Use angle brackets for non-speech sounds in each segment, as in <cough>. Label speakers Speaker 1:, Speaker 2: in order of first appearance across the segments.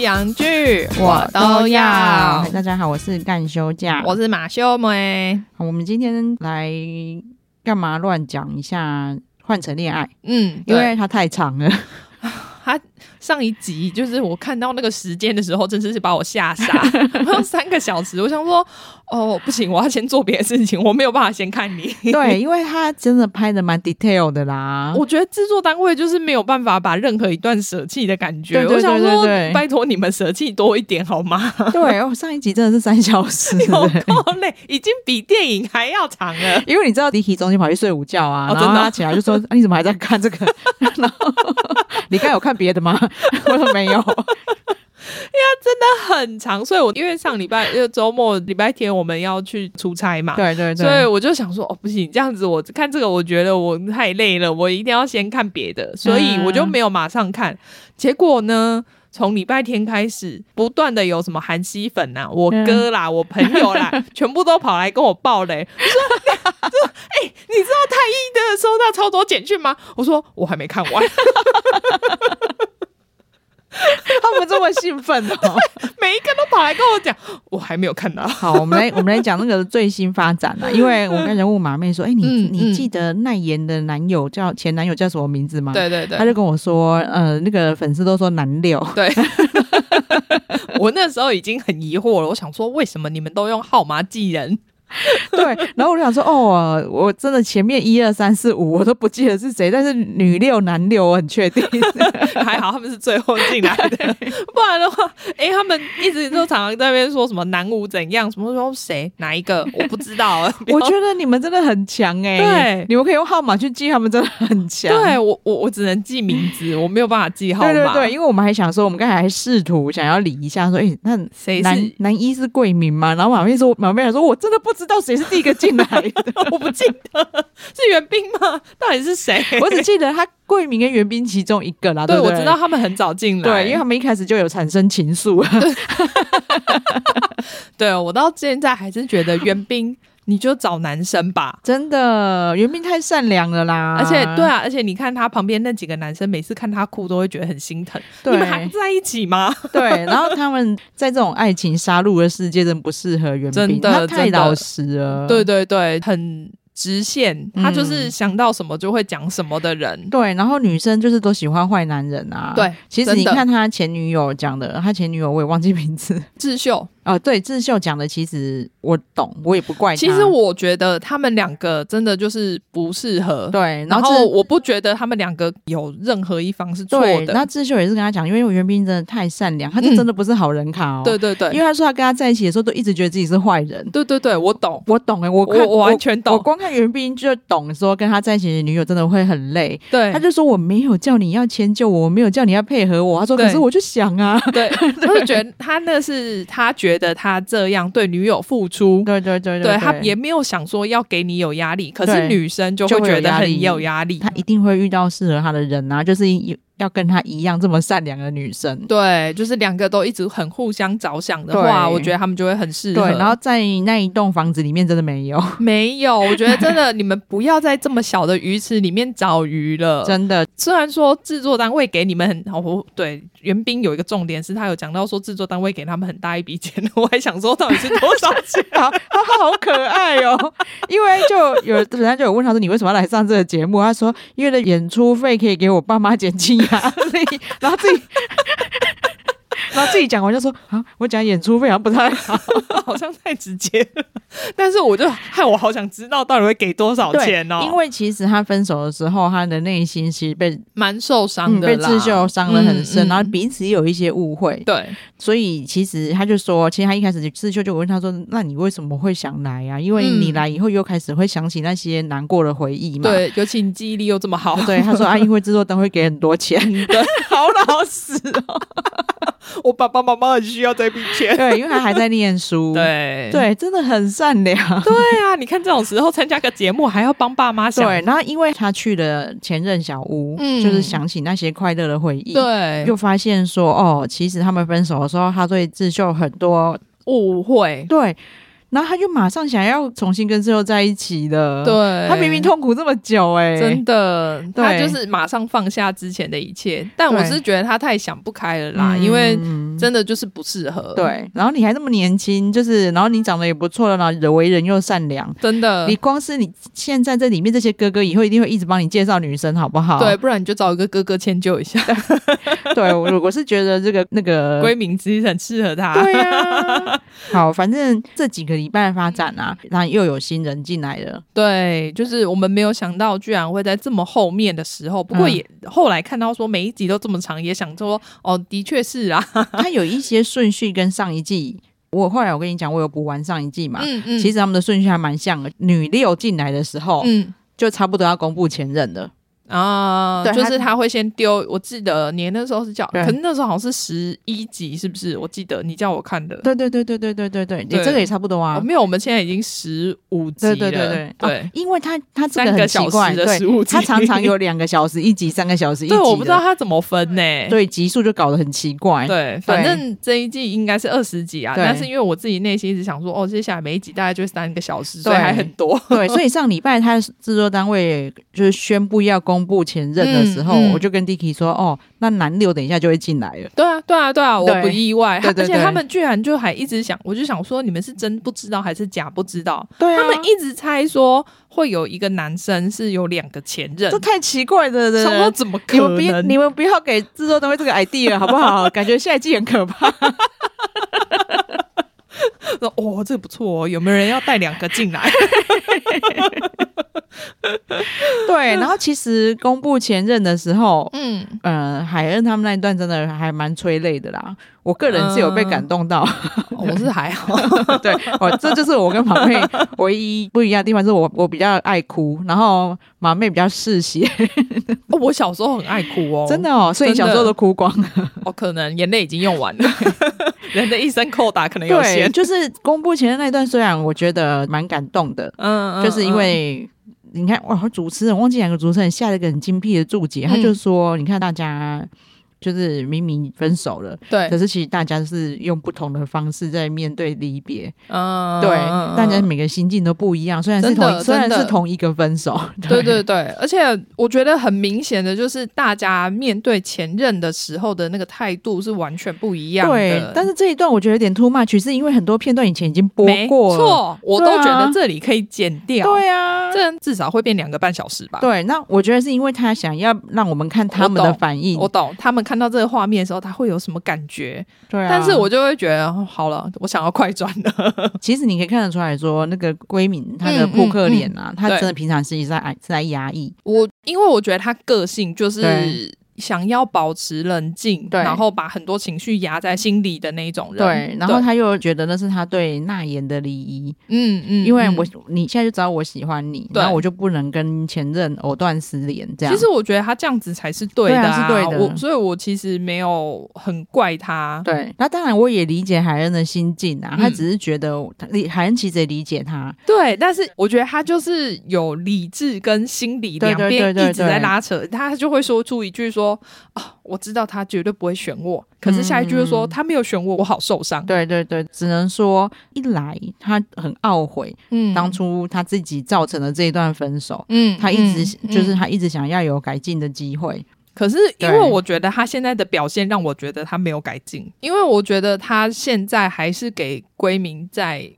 Speaker 1: 洋剧
Speaker 2: 嗨大家好，我是干休假。
Speaker 1: 我是马秀梅，
Speaker 2: 好我们今天来干嘛？乱讲一下换成恋爱，
Speaker 1: 嗯，
Speaker 2: 因
Speaker 1: 因为
Speaker 2: 为它太长
Speaker 1: <laughs>
Speaker 2: 了。
Speaker 1: 上一集就是我看到那个时间的时候，真是是把我吓傻， <laughs> 我有三个小时，我想说，哦，不行，我要先做别的事情，我没有办法先看 <laughs> 你。
Speaker 2: 对，因为它真的拍的蛮 detail 的啦。
Speaker 1: 我觉得制作单位就是没有办法把任何一段舍弃的感觉，
Speaker 2: 对对
Speaker 1: 我想
Speaker 2: 对
Speaker 1: 说，
Speaker 2: 对对
Speaker 1: 拜托你们舍弃多一点好 <laughs> 吗？
Speaker 2: 对，我上一集真的是三小
Speaker 1: <laughs>
Speaker 2: 时。
Speaker 1: 有够累，已经比电影还要长了。
Speaker 2: 因为你知道迪奇中间跑去睡午觉啊，
Speaker 1: 哦
Speaker 2: 然后
Speaker 1: 真的
Speaker 2: 他起来就说：“啊、你怎么还在看这个？” <laughs> 然后你刚有看别的吗？ <laughs> 我说没有。
Speaker 1: <laughs> 很长，所以我因为上礼拜就周末礼拜天我们要去出差嘛，
Speaker 2: 对对
Speaker 1: 所以
Speaker 2: 对，
Speaker 1: 我就想说哦不行，这样子我看这个我觉得我太累了，我一定要先看别的，所以我就没有马上看。结果呢？从礼拜天开始，不断的有什么韩熙粉呐、我哥啦、我朋友 <laughs> 啦，全部都跑来跟我爆雷，说：“哎、你知道太医的收到超多简讯吗？”我说：“我还没看完。” <laughs>
Speaker 2: 他们这么兴奋哦。
Speaker 1: 每一个都跑来跟我讲：“我还没有看到。”
Speaker 2: 好，我们来我们来讲那个最新发展啦。因为我刚才问马妹说：“哎、你、
Speaker 1: 嗯
Speaker 2: 你
Speaker 1: 嗯
Speaker 2: 记得奈妍的男友叫前男友叫什么名字吗？”，
Speaker 1: 对对对，
Speaker 2: 他就跟我说：“呃，那个粉丝都说男六。 <laughs>
Speaker 1: 对，我那时候已经很疑惑了，我想说为什么你们都用号码记人？”
Speaker 2: 对，然后我就想说：“哦，我真的前面一二三四五我都不记得是谁，但是女六男六我很确定。
Speaker 1: <laughs> 还好他们是最后进来的，不然的话，哎、他们一直都常常在那边说什么男五怎样，什么时候谁哪一个，我不知道啊。
Speaker 2: <laughs> <laughs> 我觉得你们真的很强哎、
Speaker 1: 对
Speaker 2: 你们可以用号码去记，他们真的很强。
Speaker 1: 对我我我只能记名字，我没有办法记号码。
Speaker 2: 对对对，因为我们还想说，我们刚才还试图想要理一下，说，哎、那
Speaker 1: 谁
Speaker 2: 男
Speaker 1: 是
Speaker 2: 男一是贵民吗？然后马妹说，马妹还说，我真的不知道谁是第一个进来 <laughs> 的，
Speaker 1: 我不记得是袁冰吗？到底是谁？
Speaker 2: <laughs> 我只记得他贵民跟袁冰其中一个啦。
Speaker 1: 对
Speaker 2: 不
Speaker 1: 我知道。他们很早进来，
Speaker 2: 对，因为他们一开始就有产生情愫，
Speaker 1: 对我到现在还是觉得袁冰，你就找男
Speaker 2: <laughs>
Speaker 1: 生吧。
Speaker 2: 真的，袁冰太善良了啦。
Speaker 1: 而且对啊，而且你看他旁边那几个男生，每次看他哭都会觉得很心疼。你们还
Speaker 2: 对
Speaker 1: 在一起吗？
Speaker 2: <laughs> 对，然后他们在这种爱情杀戮的世界，真不适合袁
Speaker 1: 真
Speaker 2: 冰，
Speaker 1: 的
Speaker 2: 他太
Speaker 1: 真的
Speaker 2: 老实了。
Speaker 1: 对对对，很直线，
Speaker 2: 嗯
Speaker 1: 他就是想到什么就会讲什么的人。
Speaker 2: 对，然后女生就是都喜欢坏男人啊。
Speaker 1: 对
Speaker 2: 其实
Speaker 1: 真
Speaker 2: 你
Speaker 1: 的
Speaker 2: 看他前女友讲的，他前女友我也忘记名字
Speaker 1: 智秀，
Speaker 2: 哦。对，智秀讲的，其实我懂，我也不怪他。
Speaker 1: 其实我觉得他们两个真的就是不适合。
Speaker 2: 对，
Speaker 1: 然
Speaker 2: 然
Speaker 1: 后
Speaker 2: 后
Speaker 1: 我不觉得他们两个有任何一方是
Speaker 2: 智
Speaker 1: 错
Speaker 2: 对，
Speaker 1: 的。
Speaker 2: 那智秀也是跟他讲，因为袁冰真的太善良，他
Speaker 1: 嗯
Speaker 2: 这真的不是好人卡哦。
Speaker 1: 对，对
Speaker 2: 因为，
Speaker 1: 对
Speaker 2: 他说他跟他在一起的时候，都一直觉得自己是坏人。
Speaker 1: 对对对，我懂，
Speaker 2: 我懂哎、我看
Speaker 1: 我我完全
Speaker 2: 我
Speaker 1: 懂。
Speaker 2: 光看袁冰就懂，说跟他在一起的女友真的会很累。
Speaker 1: 对
Speaker 2: 他，就说我没有叫你要迁就我，我没有叫你要配合我。他说
Speaker 1: 对
Speaker 2: 可是我就想啊， <laughs>
Speaker 1: 对，我就觉得他那是他觉得他这样对女友付出，
Speaker 2: 对对对
Speaker 1: 对
Speaker 2: 对
Speaker 1: 他也没有想说要给你有压力，可是
Speaker 2: 对
Speaker 1: 女生就
Speaker 2: 就
Speaker 1: 会
Speaker 2: 会
Speaker 1: 觉
Speaker 2: 有
Speaker 1: 得
Speaker 2: 压
Speaker 1: 很
Speaker 2: 力
Speaker 1: 有压力。
Speaker 2: 他一定会遇到适合他的人啊，就是一要跟他一样这么善良的女生。
Speaker 1: 对，就是两个都一直很互相着想的话，
Speaker 2: 对
Speaker 1: 我觉得他们就会很适
Speaker 2: 对，
Speaker 1: 合。呃
Speaker 2: 然后在那一栋房子里面真的没有，
Speaker 1: 没有，我觉得真的你们不要在这么小的鱼池里面找鱼
Speaker 2: <laughs>
Speaker 1: 了。
Speaker 2: 真的
Speaker 1: 虽然说制作单位给你们很哦，对，袁冰有一个重点是他有讲到说制作单位给他们很大一笔钱，我还想说到底是多少
Speaker 2: <laughs>
Speaker 1: 钱？
Speaker 2: 好，好可爱哦。 <laughs> 因为就有人家就有问他说你为什么要来上这个节目？他说因为的演出费可以给我爸妈减轻压力， <laughs> 然后自己。然后自己讲完就说啊，我讲演出费好像不太好，
Speaker 1: 好像太直接了，但是我就害我好想知道到底会给多少
Speaker 2: 对
Speaker 1: 钱哦，
Speaker 2: 因为其实他分手的时候，他的内心其实被、
Speaker 1: 蛮受伤
Speaker 2: 嗯、
Speaker 1: 的
Speaker 2: 被
Speaker 1: 啦，
Speaker 2: 智秀伤得很深，
Speaker 1: 嗯嗯
Speaker 2: 然后彼此有一些误会，
Speaker 1: 对，
Speaker 2: 所以其实他就说，其实他一开始智秀就问他说：“那你为什么会想来啊？因为
Speaker 1: 嗯
Speaker 2: 你来以后又开始会想起那些难过的回忆嘛。”。
Speaker 1: 对，尤其你记忆力又这么好，
Speaker 2: 对，他说啊，因为制作单位给很多钱，
Speaker 1: 对， <laughs> 好老实哦。 <laughs> 我爸爸妈妈很需要这笔钱。
Speaker 2: <laughs> 对，因为他还在念书，
Speaker 1: 对
Speaker 2: 对，真的很善良，
Speaker 1: 对啊！你看这种时候参加个节目，还要帮爸妈想，
Speaker 2: 对。然后因为他去了前任小屋，
Speaker 1: 嗯
Speaker 2: 就是想起那些快乐的回忆，，
Speaker 1: 对
Speaker 2: 又发现说哦，其实他们分手的时候，他对智秀很多
Speaker 1: 误会，
Speaker 2: 对。然后他就马上想要重新跟最后在一起了。，
Speaker 1: 对
Speaker 2: 他明明痛苦这么久、欸，哎，
Speaker 1: 真的，
Speaker 2: 对
Speaker 1: 他就是马上放下之前的一切。但我
Speaker 2: 对
Speaker 1: 是觉得他太想不开了啦，因为
Speaker 2: 嗯
Speaker 1: 真的就是不适合。，
Speaker 2: 对，然后你还那么年轻，就是然后你长得也不错了，然后人为人又善良，
Speaker 1: 真的
Speaker 2: 你，光是你现在这里面这些哥哥，以后一定会一直帮你介绍女生，好不好？
Speaker 1: 对，不然你就找一个哥哥迁就一下，
Speaker 2: 对，我我是觉得这个那
Speaker 1: <laughs>
Speaker 2: 个
Speaker 1: 闺蜜其实很适合他。
Speaker 2: 对呀、
Speaker 1: 啊
Speaker 2: <laughs> 好，反正这几个礼拜的发展啊，然后又有新人进来了，
Speaker 1: <laughs> 对，就是我们没有想到，居然会在这么后面的时候。不过
Speaker 2: 嗯
Speaker 1: 也、后来看到说每一集都这么长，也想说哦，的确是啊，
Speaker 2: 它有一些顺序跟上一季，我后来我跟你讲，我有补完上一季嘛。
Speaker 1: <laughs> 嗯嗯
Speaker 2: 其实他们的顺序还蛮像的。女六进来的时候，
Speaker 1: 嗯
Speaker 2: 就差不多要公布前任了。
Speaker 1: 啊，
Speaker 2: 对
Speaker 1: 就
Speaker 2: 他
Speaker 1: 是他会先丢。我记得你那时候是叫，
Speaker 2: 对
Speaker 1: 可是那时候好像是十一集，是不是？我记得你叫我看的。
Speaker 2: 对对对对对对对对，你
Speaker 1: 对
Speaker 2: 这个也差不多
Speaker 1: 哦，
Speaker 2: 啊。
Speaker 1: 没有，我们现在已经十五集了，
Speaker 2: 对对对对哦
Speaker 1: 对
Speaker 2: 因为他他这
Speaker 1: 三
Speaker 2: 个
Speaker 1: 个
Speaker 2: 很
Speaker 1: 小
Speaker 2: 奇怪，
Speaker 1: 时的
Speaker 2: 对，
Speaker 1: 十五集，
Speaker 2: 他常常有两个小时一集，三个小时一集
Speaker 1: <laughs> 对，
Speaker 2: 的，
Speaker 1: 我不知道他怎么分呢、
Speaker 2: 对集数就搞得很奇怪。
Speaker 1: 对，反正这一季应该是二十集啊，
Speaker 2: 对
Speaker 1: 但是因为我自己内心一直想说，哦，接下来每一集大概就三个小时，所以
Speaker 2: 对
Speaker 1: 还很多。
Speaker 2: 对，所以上礼拜他制作单位就是宣布要公布前任的时候，
Speaker 1: 嗯嗯
Speaker 2: 我就跟 Dicky 说：“哦，那男六等一下就会进来了。
Speaker 1: <laughs> 对啊，对啊，对啊，我
Speaker 2: 对
Speaker 1: 不意外。他
Speaker 2: 对对
Speaker 1: 而且
Speaker 2: 对
Speaker 1: 他们居然就还一直想，我就想说，你们是真不知道还是假不知道？”
Speaker 2: 对
Speaker 1: 他们一直猜说会有一个男生是有两个前任
Speaker 2: 这，太奇怪了，
Speaker 1: 想
Speaker 2: 对
Speaker 1: 说
Speaker 2: 不对
Speaker 1: 怎么
Speaker 2: 你
Speaker 1: 可
Speaker 2: 们别
Speaker 1: 能？
Speaker 2: 你们不要给制作单位这个 idea 好不好？感觉下一季很可
Speaker 1: <laughs>
Speaker 2: 怕。
Speaker 1: 说哦，这不错哦，有没有人要带两个进来？
Speaker 2: 对，然后其实公布前任的时候。
Speaker 1: 嗯，
Speaker 2: 嗯、海恩他们那一段真的还蛮催泪的啦，我个人是有
Speaker 1: 嗯
Speaker 2: 被感动到。
Speaker 1: 哦我是还好，
Speaker 2: <laughs> 对，我这就是我跟马妹唯一不一样的地方，是我我比较爱哭，然后马妹比较嗜血，
Speaker 1: <laughs> 哦我小时候很爱哭哦，
Speaker 2: 真的哦，所以你
Speaker 1: 真
Speaker 2: 小
Speaker 1: 的
Speaker 2: 时候都哭光了。
Speaker 1: 哦，可能眼泪已经用完 <laughs> 了，人的一生扣打可能有
Speaker 2: 对，
Speaker 1: 限，
Speaker 2: 就是公布前的那一段，虽然我觉得蛮感动的，
Speaker 1: 嗯
Speaker 2: 就是因为。你看，哇！主持人忘记两个主持人下了一个很精辟的注解，他
Speaker 1: 嗯
Speaker 2: 就说：“你看大家就是明明分手了，
Speaker 1: 对
Speaker 2: 可，是其实大家是用不同的方式在面对离别。
Speaker 1: 嗯
Speaker 2: 对，大家
Speaker 1: 嗯
Speaker 2: 每个心境都不一样，虽然是
Speaker 1: 真
Speaker 2: 同
Speaker 1: 的
Speaker 2: 一虽然
Speaker 1: 真的
Speaker 2: 是同一个分手，
Speaker 1: 对对对，而且我觉得很明显的就是，大家面对前任的时候的那个态度是完全不一样的。
Speaker 2: 对。但是这一段我觉得有点 too much，是因为很多片段以前已经播
Speaker 1: 没
Speaker 2: 过了，
Speaker 1: 错，我都觉得这里可以剪掉，
Speaker 2: 对啊，
Speaker 1: 这至少会变两个半小时吧。
Speaker 2: 对。那我觉得是因为他想要让我们看他们
Speaker 1: 我
Speaker 2: 的
Speaker 1: 懂
Speaker 2: 反应
Speaker 1: 我，懂，他们看到这个画面的时候，他会有什么感觉？
Speaker 2: 对啊。
Speaker 1: 但是我就会觉得，哦好了，我想要快转了。
Speaker 2: 其实你可以看得出来说，那个闺蜜她的
Speaker 1: 嗯
Speaker 2: 扑克脸啊，她
Speaker 1: 对
Speaker 2: 真的平常是在挨是在压抑。
Speaker 1: 我因为我觉得他个性就是
Speaker 2: 对
Speaker 1: 想要保持冷静，
Speaker 2: 对
Speaker 1: 然后把很多情绪压在心里的那一种人。
Speaker 2: 对，然后她又觉得那是她对那言的礼仪，
Speaker 1: 嗯嗯，
Speaker 2: 因为
Speaker 1: 嗯
Speaker 2: 我你现在就知道我喜欢你，
Speaker 1: 对
Speaker 2: 然后我就不能跟前任藕断丝连这样。
Speaker 1: 其实我觉得他这样子才是对的、
Speaker 2: 对啊是对的
Speaker 1: 我所以，我其实没有很怪他。
Speaker 2: 对，那当然我也理解海恩的心境啊，
Speaker 1: 嗯
Speaker 2: 她只是觉得她理海恩其实也理解她，
Speaker 1: 对，但是我觉得他就是有理智跟心理
Speaker 2: 对
Speaker 1: 两
Speaker 2: 对
Speaker 1: 边
Speaker 2: 对对
Speaker 1: 一直
Speaker 2: 对
Speaker 1: 在拉扯，他就会说出一句说：“啊，我知道他绝对不会选我。”可是下一句就说：“
Speaker 2: 嗯
Speaker 1: 他没有选我，我好受伤。
Speaker 2: 对对对，只能说一来她很懊悔、
Speaker 1: 嗯”
Speaker 2: 当初她自己造成的这一段分手，
Speaker 1: 嗯
Speaker 2: 她一直、
Speaker 1: 嗯
Speaker 2: 就是
Speaker 1: 嗯
Speaker 2: 她一直想要有改进的机会，
Speaker 1: 可是因为
Speaker 2: 对
Speaker 1: 我觉得他现在的表现让我觉得他没有改进，因为我觉得他现在还是给闺民在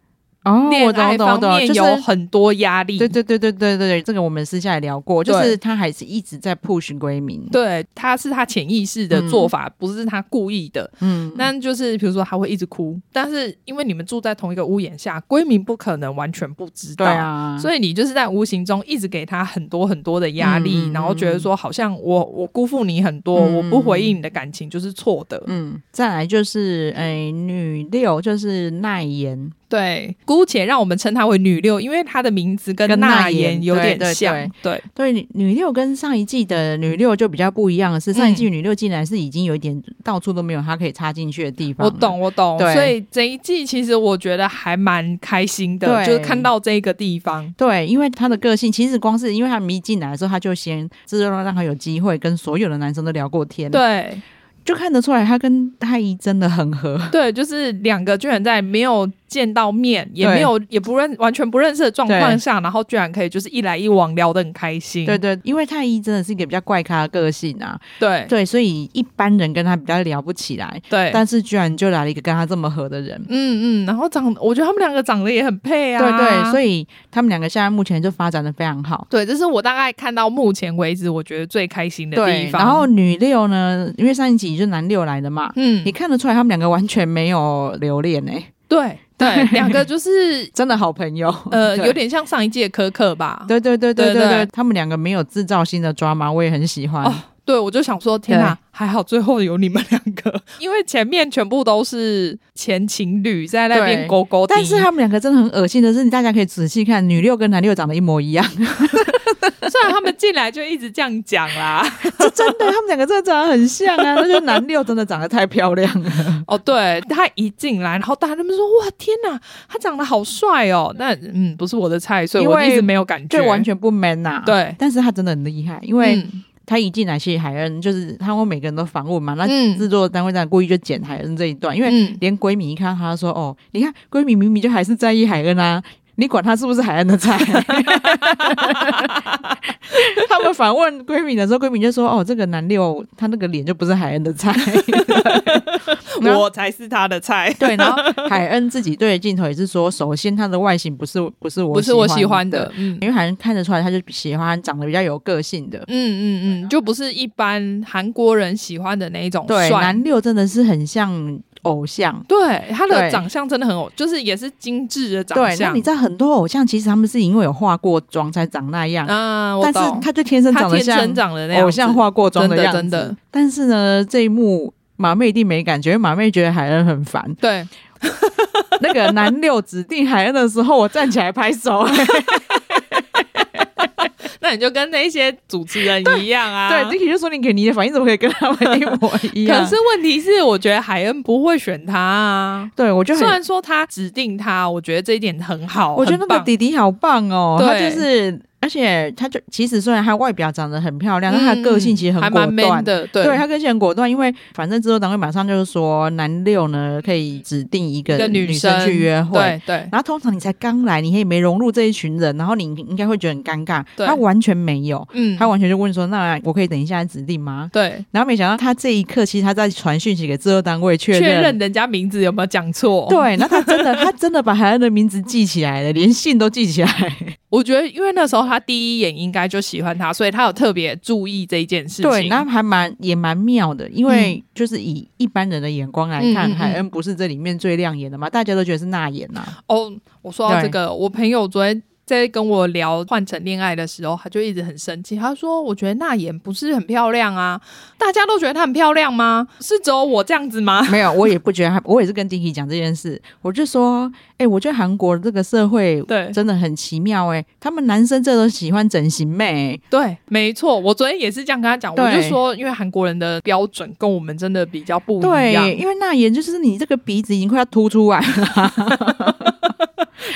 Speaker 2: 哦，
Speaker 1: 恋
Speaker 2: 我
Speaker 1: 爱
Speaker 2: 懂懂
Speaker 1: 方
Speaker 2: 懂，
Speaker 1: 面
Speaker 2: 就是
Speaker 1: 有很多压力。
Speaker 2: 对对对对对对对，这个我们私下也聊过，就
Speaker 1: 对
Speaker 2: 是她还是一直在 push 闺蜜，
Speaker 1: 对，他是他潜意识的做法，不是他故意的。
Speaker 2: 嗯，
Speaker 1: 但就是比如说，他会一直哭，但是因为你们住在同一个屋檐下，闺蜜不可能完全不知道。
Speaker 2: 对啊，以
Speaker 1: 所以你就是在无形中一直给他很多很多的压力，
Speaker 2: 嗯嗯
Speaker 1: 然后觉得说好像我我辜负你很多，
Speaker 2: 嗯
Speaker 1: 我不回应你的感情就是错的。
Speaker 2: 嗯，再来就是哎，女六就是奈妍，
Speaker 1: 对，姑且让我们称她为女六，因为她的名字跟
Speaker 2: 跟
Speaker 1: 那
Speaker 2: 那
Speaker 1: 言
Speaker 2: 言
Speaker 1: 有点
Speaker 2: 对对
Speaker 1: 像。对
Speaker 2: 对，女女六跟上一季的女六就比较不一样的是，上一
Speaker 1: 嗯
Speaker 2: 季女六进来是已经有一点到处都没有她可以插进去的地方，
Speaker 1: 我，懂，我懂。
Speaker 2: 嗯对
Speaker 1: 所以这一季其实我觉得还蛮开心的，
Speaker 2: 对
Speaker 1: 就是看到这个地方。
Speaker 2: 对，因为她的个性其实光是因为她一进来的时候，她就先自动让她有机会跟所有的男生都聊过天，，
Speaker 1: 对
Speaker 2: 就看得出来她跟太一真的很合， <laughs>
Speaker 1: 对，就是两个居然在没有见到面，也
Speaker 2: 对
Speaker 1: 没有也不认完全不认识的状况下，然后居然可以就是一来一往聊得很开心。
Speaker 2: 对对，因为太医真的是一个比较怪咖的个性啊，
Speaker 1: 对
Speaker 2: 对，所以一般人跟他比较聊不起来，
Speaker 1: 对，
Speaker 2: 但是居然就来了一个跟他这么合的人。
Speaker 1: 嗯嗯，然后长，我觉得他们两个长得也很配啊。
Speaker 2: 对对，所
Speaker 1: 以
Speaker 2: 以他们两个现在目前就发展的非常好。
Speaker 1: 对，这是我大概看到目前为止我觉得最开心的地方。
Speaker 2: 然后女六呢，因为上一集就男六来的嘛，
Speaker 1: 嗯
Speaker 2: 你，看得出来他们两个完全没有留恋哎、
Speaker 1: 对 <laughs> 对，
Speaker 2: 嗯
Speaker 1: 两个就是
Speaker 2: 真的好朋友。
Speaker 1: 呃，
Speaker 2: <laughs> 对
Speaker 1: 有。点像上一届可可吧。
Speaker 2: 对对对对
Speaker 1: 对
Speaker 2: 对
Speaker 1: 对
Speaker 2: 对，他们两个没有制造新的抓马，我也很喜欢。
Speaker 1: 哦，对，我就想说，天哪，还好最后有你们两个， <laughs> 因为前面全部都是前情侣在那边
Speaker 2: 对
Speaker 1: 勾勾滴，
Speaker 2: 但是他们两个真的很恶心的是，你大家可以仔细看，女六跟男六长得一模一样，
Speaker 1: <laughs> 虽然他们进来就一直这样讲啦，
Speaker 2: <laughs> 这真的，他们两个真的长得很像啊。 <laughs> 那就男六真的长得太漂亮了，
Speaker 1: <laughs> 哦，对他一进来，然后大家那边说，哇，天哪，他长得好帅哦，那嗯，不是我的菜，所以我
Speaker 2: 因为
Speaker 1: 一直没有感觉，
Speaker 2: 就完全不 man 呐、
Speaker 1: 对
Speaker 2: 但是他真的很厉害，因
Speaker 1: 嗯
Speaker 2: 为他一进来，其实海恩就是他会每个人都访问嘛，那
Speaker 1: 嗯
Speaker 2: 制作单位在故意就剪海恩这一段，因为
Speaker 1: 嗯
Speaker 2: 连闺蜜一看到他说：“哦，你看闺蜜明明就还是在意海恩啊，你管他是不是海恩的菜。” <laughs> 他们反问闺蜜的时候，闺蜜就说：“哦，这个男六他那个脸就不是海恩的菜。 <laughs> 然后
Speaker 1: 我才是他的菜”，
Speaker 2: 对，然
Speaker 1: <laughs>
Speaker 2: 后海恩自己对着镜头也是说：“首先他的外形不是不是我
Speaker 1: 不是我喜欢的，嗯。
Speaker 2: 因为海恩看得出来，他就喜欢长得比较有个性的。”
Speaker 1: 嗯嗯嗯，就不是一般韩国人喜欢的那一种
Speaker 2: 对，
Speaker 1: 帅，
Speaker 2: 男六真的是很像偶像。
Speaker 1: 对他的
Speaker 2: 对
Speaker 1: 长相真的很有，就是也是精致的长
Speaker 2: 对，那
Speaker 1: 相。
Speaker 2: 你知道很多偶像其实他们是因为有化过妆才长那样，
Speaker 1: 啊，我
Speaker 2: 但
Speaker 1: 懂
Speaker 2: 是他就天生
Speaker 1: 他
Speaker 2: 长得
Speaker 1: 天
Speaker 2: 像
Speaker 1: 生长的那样
Speaker 2: 偶像
Speaker 1: 子，
Speaker 2: 化过妆样子。
Speaker 1: 真的真的。
Speaker 2: 但是呢，这一幕马妹一定没感觉，因为马妹觉得海恩很烦
Speaker 1: <laughs> 对，
Speaker 2: 那个男六指定海恩的时候，我站起来拍手。
Speaker 1: <laughs> 那你就跟那些主持 <laughs> 人一样啊。
Speaker 2: 对 d i c k y 就说：“你给你的反应怎么可以跟他们一模一样？”
Speaker 1: 可是问题是，我觉得海恩不会选他啊。
Speaker 2: 对我就
Speaker 1: 虽
Speaker 2: 很，
Speaker 1: 然说他指定他，我觉得这一点很好，
Speaker 2: 我觉得那
Speaker 1: 很
Speaker 2: 个
Speaker 1: 棒
Speaker 2: 弟弟好棒哦，他
Speaker 1: 对
Speaker 2: 就是。而且他就其实虽然他外表长得很漂亮，但他的个性其实很
Speaker 1: 嗯还
Speaker 2: 果
Speaker 1: 蛮 man
Speaker 2: 断，
Speaker 1: 的，
Speaker 2: 对
Speaker 1: 对
Speaker 2: 他跟很果断，因为反正制作单位马上就是说男六呢可以指定一
Speaker 1: 一
Speaker 2: 个
Speaker 1: 个
Speaker 2: 女
Speaker 1: 生
Speaker 2: 去约会。
Speaker 1: 对对
Speaker 2: 然后通常你才刚来，你也没融入这一群人，然后你应该会觉得很尴尬。
Speaker 1: 对
Speaker 2: 他完全没有，
Speaker 1: 嗯，
Speaker 2: 他完全就问说：“那我可以等一下指定吗
Speaker 1: 对？”
Speaker 2: 然后没想到他这一刻，其实他在传讯息给制作单位确
Speaker 1: 确
Speaker 2: 认。
Speaker 1: 认人家名字有没有讲错。，
Speaker 2: 对，那他真的，他真的把海恩的名字记起来了，连姓都记起
Speaker 1: <laughs>
Speaker 2: 来。
Speaker 1: 我觉得因为那时候他第一眼应该就喜欢他，所以他有特别注意这一件事情。嗯
Speaker 2: 对，那还蛮也蛮妙的，因为就是以一般人的眼光来看，
Speaker 1: 嗯嗯嗯
Speaker 2: 海恩不是这里面最亮眼的嘛，大家都觉得是那眼啊呐、
Speaker 1: <laughs> 哦，我说到
Speaker 2: 对
Speaker 1: 这个，我朋友昨天在跟我聊换成恋爱的时候，他就一直很生气。他说：“我觉得那妍不是很漂亮啊，大家都觉得她很漂亮吗？是只有我这样子吗 <laughs>
Speaker 2: 没有，我也不觉得他，我也是跟 d i k y 讲这件事，我就说，哎、我觉得韩国这个社会？”。
Speaker 1: 对
Speaker 2: 真的很奇妙哎、他们男生这都喜欢整形妹、
Speaker 1: 对，没错，我昨天也是这样跟他讲，我
Speaker 2: 对
Speaker 1: 就说，因为韩国人的标准跟我们真的比较不一样
Speaker 2: 对，，因为那也就是你这个鼻子已经快要凸出
Speaker 1: <laughs>
Speaker 2: 来了，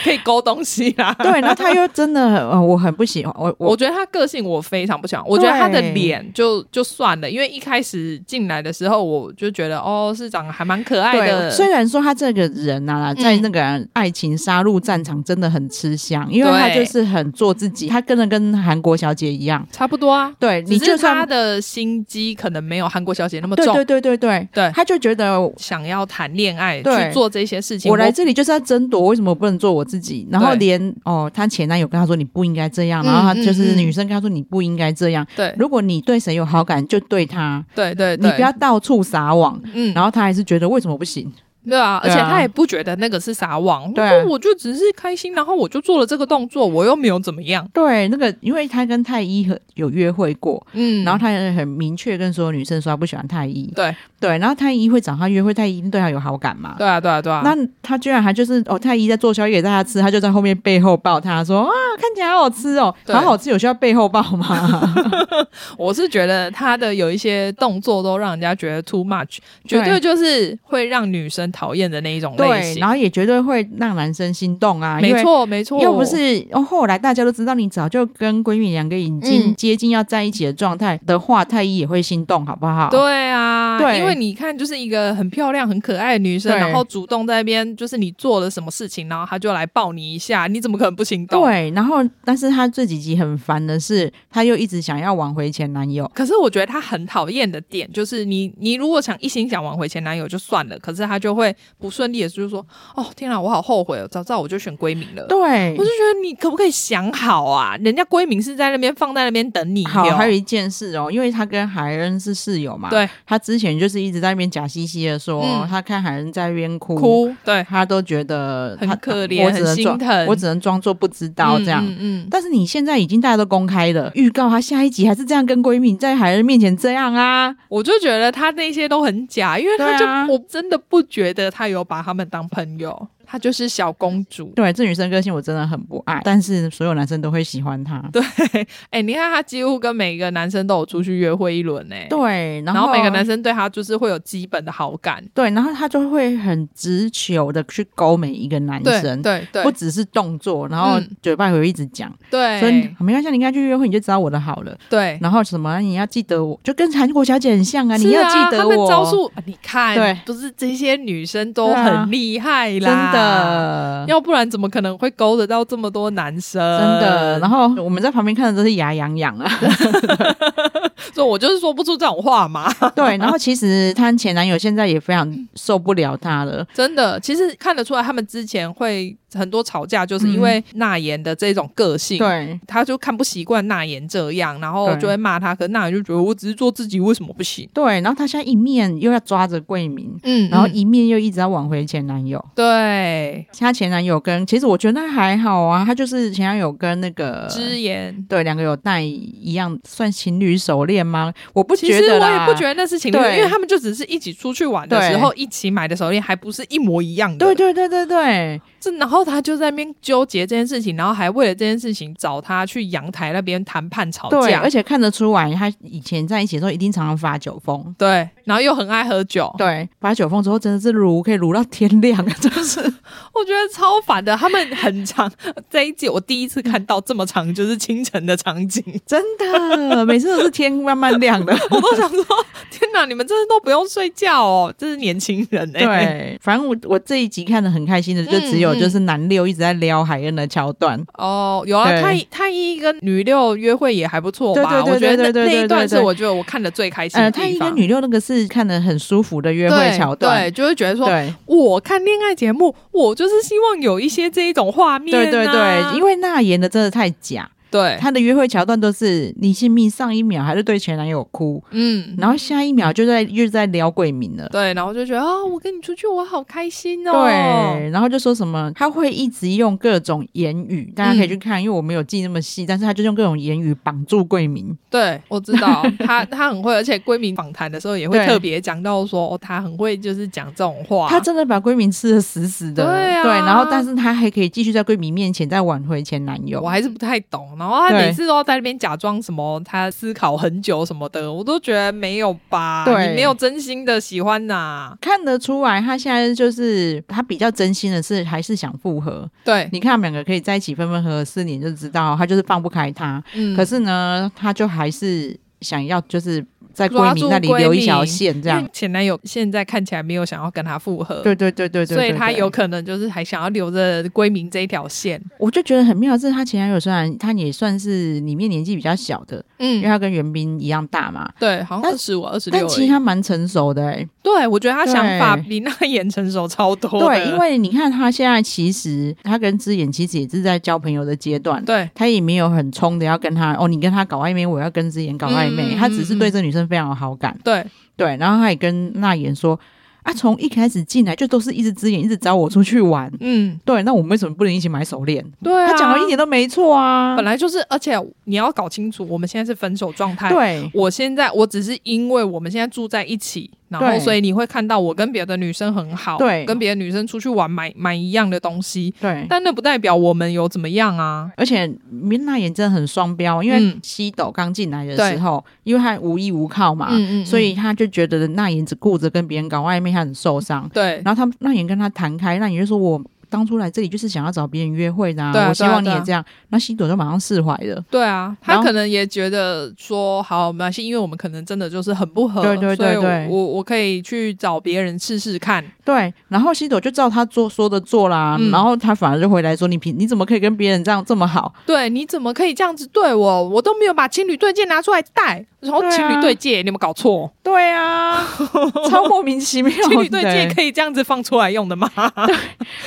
Speaker 1: 可以勾东西啦。
Speaker 2: 对，然后他又真的，呃，我很不喜欢， <laughs> 我
Speaker 1: 我
Speaker 2: 我
Speaker 1: 觉得他个性我非常不喜欢，我觉得他的脸就就算了，因为一开始进来的时候我就觉得哦，是长得还蛮可爱的，
Speaker 2: 对，虽然说他这个人啊，在
Speaker 1: 嗯
Speaker 2: 那个爱情杀戮战场真的很吃香，因为他
Speaker 1: 对
Speaker 2: 就是很做自己，他跟的跟韩国小姐一样，
Speaker 1: 差不多啊，
Speaker 2: 对
Speaker 1: 你
Speaker 2: 你
Speaker 1: 就
Speaker 2: 就
Speaker 1: 他
Speaker 2: 算
Speaker 1: 的心机可能没有韩国小姐那么
Speaker 2: 对
Speaker 1: 重，
Speaker 2: 对对对对
Speaker 1: 对
Speaker 2: 他就觉得。
Speaker 1: 想要谈恋爱
Speaker 2: 对
Speaker 1: 去做这些事情，
Speaker 2: 我来这里就是要争夺，为什么我不能做我自己？然后
Speaker 1: 对
Speaker 2: 连哦，她前男友跟她说你不应该这样，
Speaker 1: 嗯
Speaker 2: 然后她就是
Speaker 1: 嗯嗯
Speaker 2: 女生跟她说你不应该这样。
Speaker 1: 对
Speaker 2: 如果你对谁有好感，就对他，
Speaker 1: 对对
Speaker 2: 你
Speaker 1: 对，
Speaker 2: 不要到处撒网。
Speaker 1: 嗯，
Speaker 2: 然后她还是觉得为什么不行？
Speaker 1: 对啊，而
Speaker 2: 对
Speaker 1: 且
Speaker 2: 啊
Speaker 1: 他也不觉得那个是撒网，
Speaker 2: 对啊
Speaker 1: 我就只是开心，然后我就做了这个动作，我又没有怎么样，
Speaker 2: 对，那个因为她跟太医和有约会过，
Speaker 1: 嗯，
Speaker 2: 然后她也很明确跟所有女生说她不喜欢太医。
Speaker 1: 对
Speaker 2: 对，然后太医会找她约会，太医一定对她有好感嘛？
Speaker 1: 对啊对啊对啊，
Speaker 2: 那他居然还就是哦，太医在做宵夜给大家吃，他就在后面背后抱他说啊，看起来好好吃哦，
Speaker 1: 对
Speaker 2: 好好吃有需要背后抱吗？
Speaker 1: 我是觉得他的有一些动作都让人家觉得 too much，绝对
Speaker 2: 对
Speaker 1: 就是会让女生讨厌的那一种类
Speaker 2: 对，
Speaker 1: 型
Speaker 2: 然，后也绝对会让男生心动啊，
Speaker 1: 没
Speaker 2: 因为。
Speaker 1: 错没错，
Speaker 2: 又不是、哦，后来大家都知道你早就跟闺蜜两个已经
Speaker 1: 嗯
Speaker 2: 接近要在一起的状态的话，太医也会心动，好不好？
Speaker 1: 对啊，啊，
Speaker 2: 对
Speaker 1: 因为你看，就是一个很漂亮、很可爱的女生，
Speaker 2: 对
Speaker 1: 然后主动在那边，就是你做了什么事情，然后她就来抱你一下，你怎么可能不心动？，
Speaker 2: 对，然后但是她这几集很烦的是，她又一直想要挽回前男友。
Speaker 1: 可是我觉得她很讨厌的点就是你，你如果想一心想挽回前男友就算了，可是她就会不顺利的，就是说，哦，天啊，我好后悔哦，早知道我就选闺蜜了。
Speaker 2: 对
Speaker 1: 我就，觉得你可不可以想好啊？人家闺蜜是在那边放在那边等你哟。
Speaker 2: 好，还有一件事哦，因为她跟海恩是室友嘛，，
Speaker 1: 对
Speaker 2: 她之前就是一直在那边假嘻嘻的说，
Speaker 1: 嗯
Speaker 2: 她看海恩在那边哭，
Speaker 1: 哭，对，
Speaker 2: 她都觉得
Speaker 1: 很
Speaker 2: 她
Speaker 1: 可怜
Speaker 2: 我只能
Speaker 1: 很心
Speaker 2: 装
Speaker 1: 疼
Speaker 2: 我只能装作不知道这样。
Speaker 1: 嗯嗯嗯
Speaker 2: 但是你现在已经大家都公开了，预告她下一集还是这样跟闺蜜在海恩面前这样啊，
Speaker 1: 我就觉得他那些都很假，因为他就、
Speaker 2: 对啊
Speaker 1: 我真的不觉得他有把他们当朋友，他就是小公主。
Speaker 2: 对，这女生个性我真的很不爱，但是所有男生都会喜欢她。对
Speaker 1: 哎、你看他几乎跟每一个男生都有出去约会一轮呢、
Speaker 2: 然
Speaker 1: 然
Speaker 2: 后
Speaker 1: 后每个男生对他就是会有基本的好感。
Speaker 2: 对，然后她就会很直球的去勾每一个男
Speaker 1: 对
Speaker 2: 生。
Speaker 1: 对
Speaker 2: 不
Speaker 1: 对
Speaker 2: 只是动作，然后
Speaker 1: 嗯哎
Speaker 2: 嘴巴也会一直讲，所以
Speaker 1: 对
Speaker 2: 没关系，你跟他去约会你就知道我的好了。
Speaker 1: 对，
Speaker 2: 然后什么，你要记得我，就跟韩国小姐很像啊，
Speaker 1: 哎是
Speaker 2: 你要
Speaker 1: 啊
Speaker 2: 记得
Speaker 1: 他
Speaker 2: 我。
Speaker 1: 们招数，啊你看，
Speaker 2: 对
Speaker 1: 不是这些女生都
Speaker 2: 对啊
Speaker 1: 很厉害
Speaker 2: 真
Speaker 1: 啦，。
Speaker 2: 的，
Speaker 1: 要呃不然怎么可能会勾得到这么多男生？
Speaker 2: 真的。然后我们在旁边看的都是牙痒痒啊。
Speaker 1: 所以我就是说不出这种话嘛。 <laughs>
Speaker 2: 对，然后其实她前男友现在也非常受不了她
Speaker 1: <laughs>
Speaker 2: 了。
Speaker 1: 真的，其实看得出来，他们之前会很多吵架，就是因为纳言的这种个性。。
Speaker 2: 嗯对，
Speaker 1: 他就看不习惯纳言这样，然后
Speaker 2: 对
Speaker 1: 就会骂他。可是纳言就觉得我只是做自己，为什么不行？
Speaker 2: 对，然后她现在一面又要抓着桂明，
Speaker 1: 嗯
Speaker 2: 然后一面又一直要挽回前男友。
Speaker 1: 对
Speaker 2: 她前男友跟其实我觉得那还好啊，她就是前男友跟那个
Speaker 1: 之言，
Speaker 2: 对两个有戴一样算情侣手链吗？我不
Speaker 1: 其
Speaker 2: 觉
Speaker 1: 实
Speaker 2: 得
Speaker 1: 我
Speaker 2: 啦，
Speaker 1: 也不觉得那是情侣，
Speaker 2: 对
Speaker 1: 因为他们就只是一起出去玩的时候一起买的手链，还不是一模一样的。
Speaker 2: 对对对对对
Speaker 1: 这然后他就在那边纠结这件事情，然后还为了这件事情找他去阳台那边谈判吵
Speaker 2: 对，
Speaker 1: 架
Speaker 2: 而。且看得出来，他以前在一起的时候一定常常发酒疯。
Speaker 1: 对，然后又很爱喝酒，
Speaker 2: 对，发酒疯之后真的是撸，可以撸到天亮，啊 <laughs> 就是
Speaker 1: 我觉得超烦的，他们
Speaker 2: <laughs>
Speaker 1: 很长这一季，我第一次看到这么长，就是清晨的场
Speaker 2: <laughs>
Speaker 1: 景，
Speaker 2: 真的，每次都是天慢慢亮
Speaker 1: <laughs>
Speaker 2: 的。
Speaker 1: 我都想说，天哪，你们真的都不用睡觉哦，这是年轻人哎、
Speaker 2: 对，反正我我这一集看的很开心的，就只有
Speaker 1: 嗯嗯
Speaker 2: 就是男六一直在撩海恩的桥段，
Speaker 1: 哦，有啊，
Speaker 2: 对
Speaker 1: 太太一跟女六约会也还不错吧？
Speaker 2: 对对对
Speaker 1: 我觉得
Speaker 2: 对对
Speaker 1: 那
Speaker 2: 对
Speaker 1: 那一段是
Speaker 2: 对对
Speaker 1: 我觉得我看的最开心
Speaker 2: 呃，
Speaker 1: 的
Speaker 2: 他
Speaker 1: 地
Speaker 2: 一
Speaker 1: 方。
Speaker 2: 跟女六那个是看的很舒服的约会
Speaker 1: 对
Speaker 2: 桥段
Speaker 1: 对，，就会觉得说，
Speaker 2: 对
Speaker 1: 我看恋爱节目，我就是希望有一些这一种画面、
Speaker 2: 对
Speaker 1: 啊，
Speaker 2: 对对，因
Speaker 1: 为
Speaker 2: 为那言的真的太假，
Speaker 1: 对，
Speaker 2: 他的约会桥段都是你性命上一秒还是对前男友哭，
Speaker 1: 嗯，
Speaker 2: 然后下一秒就在又在撩桂敏了。
Speaker 1: 对，然后就觉得啊、我跟你出去，我好开心哦。
Speaker 2: 对，然后就说什么他会一直用各种言语，大家
Speaker 1: 嗯
Speaker 2: 可以去看，因为我没有记那么细，但是他就用各种言语绑住桂明。
Speaker 1: 对，我知
Speaker 2: <laughs>
Speaker 1: 道她她很会，而且闺蜜访谈的时候也会
Speaker 2: 对
Speaker 1: 特别讲到说，哦，她很会就是讲这种话。
Speaker 2: 他真的把闺蜜吃的死死的，
Speaker 1: 对啊
Speaker 2: 然后但是他还可以继续在闺蜜面前再挽回前男友
Speaker 1: 我。还是不太懂，然后她
Speaker 2: 对
Speaker 1: 每次都要在那边假装什么，她思考很久什么的，我都觉得没有吧，
Speaker 2: 对
Speaker 1: 你没有真心的喜欢呐、
Speaker 2: 看得出来，他现在就是他比较真心的是还是想复合。
Speaker 1: 对，
Speaker 2: 你看他们两个可以在一起分分合合四年，就知道他就是放不开他。
Speaker 1: 嗯
Speaker 2: 可是呢，他就还是想要就是在闺
Speaker 1: 抓
Speaker 2: 蜜
Speaker 1: 住
Speaker 2: 那里留一条
Speaker 1: 闺蜜
Speaker 2: 线，这
Speaker 1: 因
Speaker 2: 样
Speaker 1: 为。前男友现在看起来没有想要跟她复合，
Speaker 2: 对对对对对，
Speaker 1: 所以她
Speaker 2: 他
Speaker 1: 有，可能就是还想要留着闺蜜这一条线。
Speaker 2: 我就觉得很妙的是，他前男友虽然他也算是里面年纪比较小的，因为
Speaker 1: 嗯，
Speaker 2: 他跟袁冰一样大嘛，
Speaker 1: 对，好像
Speaker 2: 但
Speaker 1: 二十五、二十
Speaker 2: 但
Speaker 1: 六，
Speaker 2: 其实他蛮成熟的、欸。
Speaker 1: 对我觉得她
Speaker 2: 对
Speaker 1: 想法比那言成熟超多的。
Speaker 2: 对，因为你看他现在其实他跟之言其实也是在交朋友的阶段。
Speaker 1: 对。
Speaker 2: 他也没有很冲的要跟他哦，你跟他搞暧昧，我要跟之言搞暧昧。
Speaker 1: 嗯嗯
Speaker 2: 他只是对
Speaker 1: 嗯
Speaker 2: 这女生非常有好感，
Speaker 1: 对，
Speaker 2: 对，然后他也跟那言说啊，从一开始进来就都是一直之言，一直找我出去玩。
Speaker 1: 嗯，
Speaker 2: 对，那我们为什么不能一起买手链？
Speaker 1: 对、啊，
Speaker 2: 他讲的一点都没错啊。
Speaker 1: 本来就是，而且你要搞清楚，我们现在是分手状态。，
Speaker 2: 对
Speaker 1: 我现在我只是因为我们现在住在一起，然后
Speaker 2: 对
Speaker 1: 所以你会看到我跟别的女生很好，
Speaker 2: 对嗯
Speaker 1: 跟别的女生出去玩买买一样的东西，
Speaker 2: 对，
Speaker 1: 但那不代表我们有怎么样啊。
Speaker 2: 而且明娜眼真的很双标，因为
Speaker 1: 嗯
Speaker 2: 西斗刚进来的
Speaker 1: 对
Speaker 2: 时候，因为他无依无靠嘛，
Speaker 1: 嗯嗯嗯
Speaker 2: 所以他就觉得那言只顾着跟别人搞暧昧，他很受伤。
Speaker 1: 对
Speaker 2: 然后他那言跟他谈开，那言就说我。当初来这里就是想要找别人约会的、啊
Speaker 1: 对啊
Speaker 2: 我希
Speaker 1: 对啊
Speaker 2: 望你
Speaker 1: 对啊
Speaker 2: 也这样。那西朵就马上释怀了。
Speaker 1: 对啊，
Speaker 2: 然
Speaker 1: 他
Speaker 2: 后
Speaker 1: 可能也觉得说好没关系，因为我们可能真的就是很不合，
Speaker 2: 对对对
Speaker 1: 所以
Speaker 2: 对
Speaker 1: 我我我可以去找别人试试看。
Speaker 2: 对，然后西朵就照他做说的做啦，
Speaker 1: 嗯
Speaker 2: 然后他反而就回来说：“你凭你怎么可以跟别人这样这么好？
Speaker 1: 对，你怎么可以这样子对我？我都没有把情侣对戒拿出来戴，然后
Speaker 2: 对啊
Speaker 1: 情侣对戒，你有没有搞 <laughs> 错？
Speaker 2: 对 <laughs> 啊，超莫名其妙的。
Speaker 1: 情侣对戒可以这样子放出来用的吗？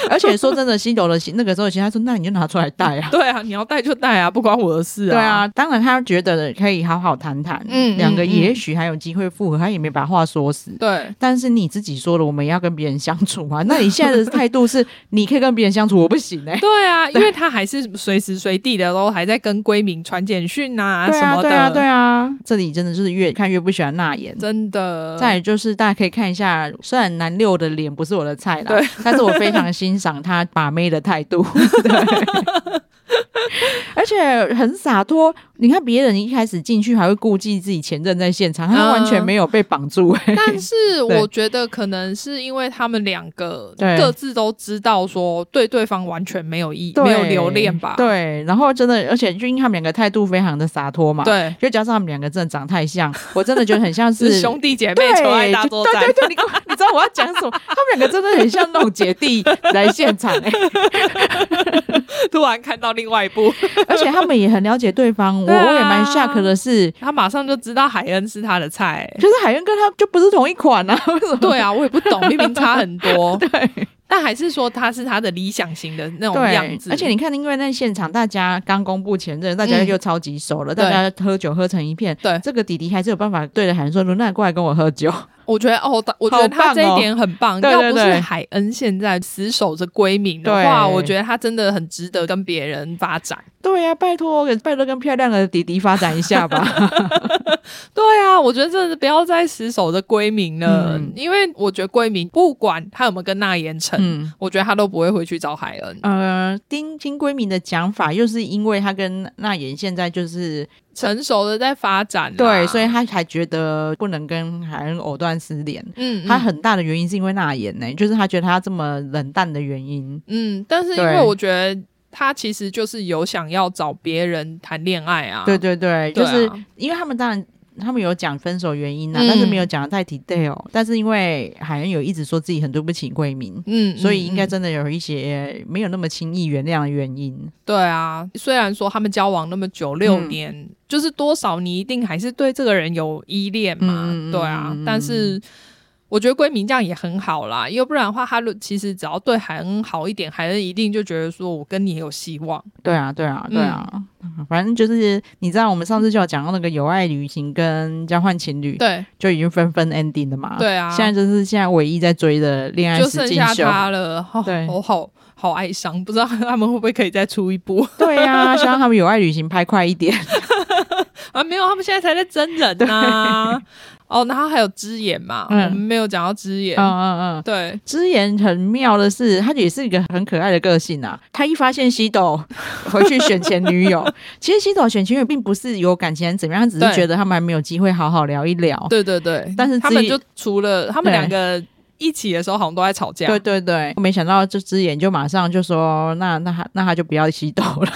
Speaker 2: 而且说真的，西朵的心那个时候的心，他说：“那你就拿出来戴啊。”
Speaker 1: <laughs> 对啊，你要戴就戴啊，不关我的事啊。
Speaker 2: 对，啊，当然他觉得可以好好谈谈，
Speaker 1: 嗯
Speaker 2: 两个
Speaker 1: 嗯嗯
Speaker 2: 也许还有机会复合，他也没把话说死。
Speaker 1: 对
Speaker 2: 但是你自己说了，我们要跟别人相处啊。 <laughs> 那你现在的态度是，你可以跟别人相处，我不行
Speaker 1: <laughs>
Speaker 2: 哎、
Speaker 1: 对啊，因为他还是随时随地的都还在跟闺蜜传简讯啊
Speaker 2: 对
Speaker 1: 什
Speaker 2: 啊，
Speaker 1: 么的，
Speaker 2: 对啊，对啊，这里真的就是越看越不喜欢那言。
Speaker 1: 真的。
Speaker 2: 再来就是大家可以看一下，虽然男六的脸不是我的菜啦
Speaker 1: 对，
Speaker 2: <laughs> 但是我非常欣赏他把妹的态
Speaker 1: <laughs>
Speaker 2: 度，对，而且很洒脱。你看别人一开始进去还会顾忌自己前任在现场，他
Speaker 1: 嗯
Speaker 2: 完全没有被绑住、欸，
Speaker 1: 但是
Speaker 2: 对
Speaker 1: 我觉得可能是因为他们两个
Speaker 2: 对
Speaker 1: 各自都知道说对对方完全没有
Speaker 2: <laughs>
Speaker 1: 意
Speaker 2: 对
Speaker 1: 没有留恋吧？
Speaker 2: 对，然后真的，而且就因为他们两个态度非常的洒脱嘛，，
Speaker 1: 对，
Speaker 2: 就加上他们两个真的长太像， <laughs> 我真的觉得很像 <laughs>
Speaker 1: 是
Speaker 2: 是
Speaker 1: 兄弟姐妹
Speaker 2: 对，
Speaker 1: 求爱大作战。
Speaker 2: 对对对，你跟我 <laughs> 你知道我要讲什么？他们两个真的很像那种姐弟来现场、欸， <laughs>
Speaker 1: <laughs> 突然看到另外一部，
Speaker 2: 而且他们也很了解对方。我
Speaker 1: 对啊
Speaker 2: 我也蛮下课的是，
Speaker 1: <laughs> 他马上就知道海恩是他的菜、
Speaker 2: 就是海燕跟他就不是同一款啊， <laughs> 为什么？
Speaker 1: <laughs> 对啊，我也不 <laughs> 懂，明明差很多。对，但还是说他是他的理想型的那种样
Speaker 2: 对
Speaker 1: 子，，
Speaker 2: 而且你看，因为那现场大家刚公布前任，大家
Speaker 1: 嗯
Speaker 2: 就超级熟了，
Speaker 1: 对
Speaker 2: 大家喝酒喝成一片。
Speaker 1: 对
Speaker 2: 这个弟弟还是有办法对着海燕说：“露娜，过来跟我喝酒。
Speaker 1: 我觉得哦，他我觉得他
Speaker 2: 好棒哦
Speaker 1: 这一点很棒。
Speaker 2: 对对
Speaker 1: 要不是
Speaker 2: 对
Speaker 1: 海恩现在死守着闺蜜的话，
Speaker 2: 对
Speaker 1: 我觉得他真的很值得跟别人发展。”
Speaker 2: 对呀、啊拜托，拜托跟漂亮的弟弟发展一下 <laughs> 吧。
Speaker 1: 对啊，我觉得真的不要再死守着闺蜜了，
Speaker 2: 嗯
Speaker 1: 因为我觉得闺蜜不管她有没有跟那言成，
Speaker 2: 嗯。
Speaker 1: 我觉得她都不会回去找海恩。
Speaker 2: 呃，丁金闺蜜的讲法，又是因为她跟那妍现在就是
Speaker 1: 成熟的在发展啦，
Speaker 2: 对，所
Speaker 1: 以
Speaker 2: 以她才觉得不能跟海恩藕断丝连。
Speaker 1: 嗯，
Speaker 2: 她
Speaker 1: 嗯
Speaker 2: 很大的原因是因为那妍呢、就是她觉得她这么冷淡的原因。
Speaker 1: 嗯，但是因
Speaker 2: 对
Speaker 1: 为我觉得她其实就是有想要找别人谈恋爱啊，
Speaker 2: 对对对，
Speaker 1: 对
Speaker 2: 就
Speaker 1: 啊
Speaker 2: 是、因为他们当然。他们有讲分手原因呐、
Speaker 1: 嗯
Speaker 2: 但是没有讲的太 detail。但是因为海恩有一直说自己很对不起闺蜜，
Speaker 1: 嗯，嗯，
Speaker 2: 所以应该
Speaker 1: 嗯
Speaker 2: 真的有一些没有那么轻易原谅的原因。
Speaker 1: 对啊。虽然说他们交往那么久，六
Speaker 2: 嗯
Speaker 1: 年，就是多少你一定还是对这个人有依恋嘛，
Speaker 2: 嗯嗯嗯
Speaker 1: 对啊
Speaker 2: 嗯嗯。
Speaker 1: 但是我觉得闺蜜这样也很好啦，要不然的话，他其实只要对海恩好一点，海恩一定就觉得说我跟你也有希望。
Speaker 2: 对啊，对啊，对啊，
Speaker 1: 嗯
Speaker 2: <laughs> 反正就是你知道，我们上次就有讲到那个有爱旅行跟交换情侣，
Speaker 1: 对
Speaker 2: 就已经纷纷 ending 了嘛。、
Speaker 1: 对啊，
Speaker 2: 现在就是现在唯一在追的恋爱
Speaker 1: 就
Speaker 2: 实
Speaker 1: 剩
Speaker 2: 境
Speaker 1: 下
Speaker 2: 秀。
Speaker 1: 他了。哦、
Speaker 2: 对
Speaker 1: 我好好哀伤，不知道他们会不会可以再出一部。
Speaker 2: <laughs> 对啊，希望他们有爱旅行拍快一点。
Speaker 1: 啊，没有，他们现在才在真人呐、哦，然后还有之眼嘛，
Speaker 2: 嗯
Speaker 1: 我们没有讲到之眼。
Speaker 2: 嗯嗯嗯。
Speaker 1: 对，
Speaker 2: 之言很妙的是，他也是一个很可爱的个性啊。他一发现西斗回去选前女友， <laughs> 其实西斗选前女友并不是有感情还是怎么样，他只
Speaker 1: 对
Speaker 2: 是觉得他们还没有机会好好聊一聊。
Speaker 1: 对对对，
Speaker 2: 但是
Speaker 1: 他
Speaker 2: 之
Speaker 1: 们
Speaker 2: 眼
Speaker 1: 就除了他
Speaker 2: 对
Speaker 1: 们两个一起的时候，好像都在吵架。
Speaker 2: 对对对，没想到这只眼就马上就说，那那他那他就不要吸斗
Speaker 1: <laughs>
Speaker 2: 了。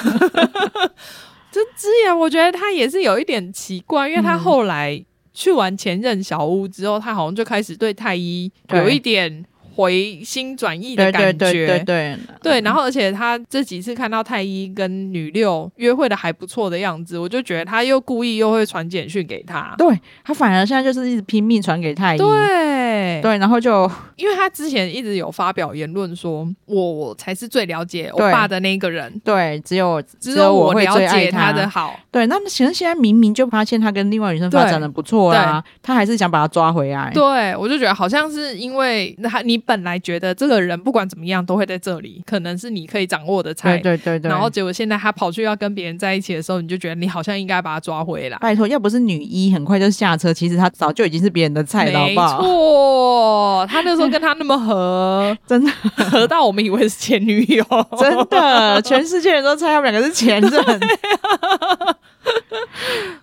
Speaker 1: 这之眼，我觉得他也是有一点奇怪，因为他
Speaker 2: 嗯
Speaker 1: 后来去完前任小屋之后，他好像就开始对太一
Speaker 2: 对
Speaker 1: 有一点回心转意的
Speaker 2: 对
Speaker 1: 感
Speaker 2: 对
Speaker 1: 觉。
Speaker 2: 对对对
Speaker 1: 对，然后而且他这几次看到太一跟女六约会的还不错的样子，我就觉得他又故意又会传简讯给他。
Speaker 2: 对，他反而现在就是一直拼命传给太医。
Speaker 1: 对，
Speaker 2: 对然后就
Speaker 1: 因为他之前一直有发表言论说，我我才是最了解我
Speaker 2: 对
Speaker 1: 爸的那个人，
Speaker 2: 对，只有
Speaker 1: 只有
Speaker 2: 我
Speaker 1: 我
Speaker 2: 会
Speaker 1: 了
Speaker 2: 最爱
Speaker 1: 解他的
Speaker 2: 他
Speaker 1: 好。
Speaker 2: 对，那么其实现在明明就发现他跟另外女生发展的不错啦，他还是想把他抓回来。
Speaker 1: 对，我就觉得好像是因为他，你本来觉得这个人不管怎么样都会在这里，可能是你可以掌握的菜，
Speaker 2: 对对对对，
Speaker 1: 然后结果现在他跑去要跟别人在一起的时候，你就觉得你好像应该把他抓回来。
Speaker 2: 拜托，要不是女一很快就下车，其实他早就已经是别人的菜了，好
Speaker 1: 没
Speaker 2: 不好？
Speaker 1: 错，他那时候跟他那么合，
Speaker 2: <laughs> 真的
Speaker 1: 合到我们以为是前女友， <laughs>
Speaker 2: 真的，全世界人都猜他们两个是前任。
Speaker 1: 啊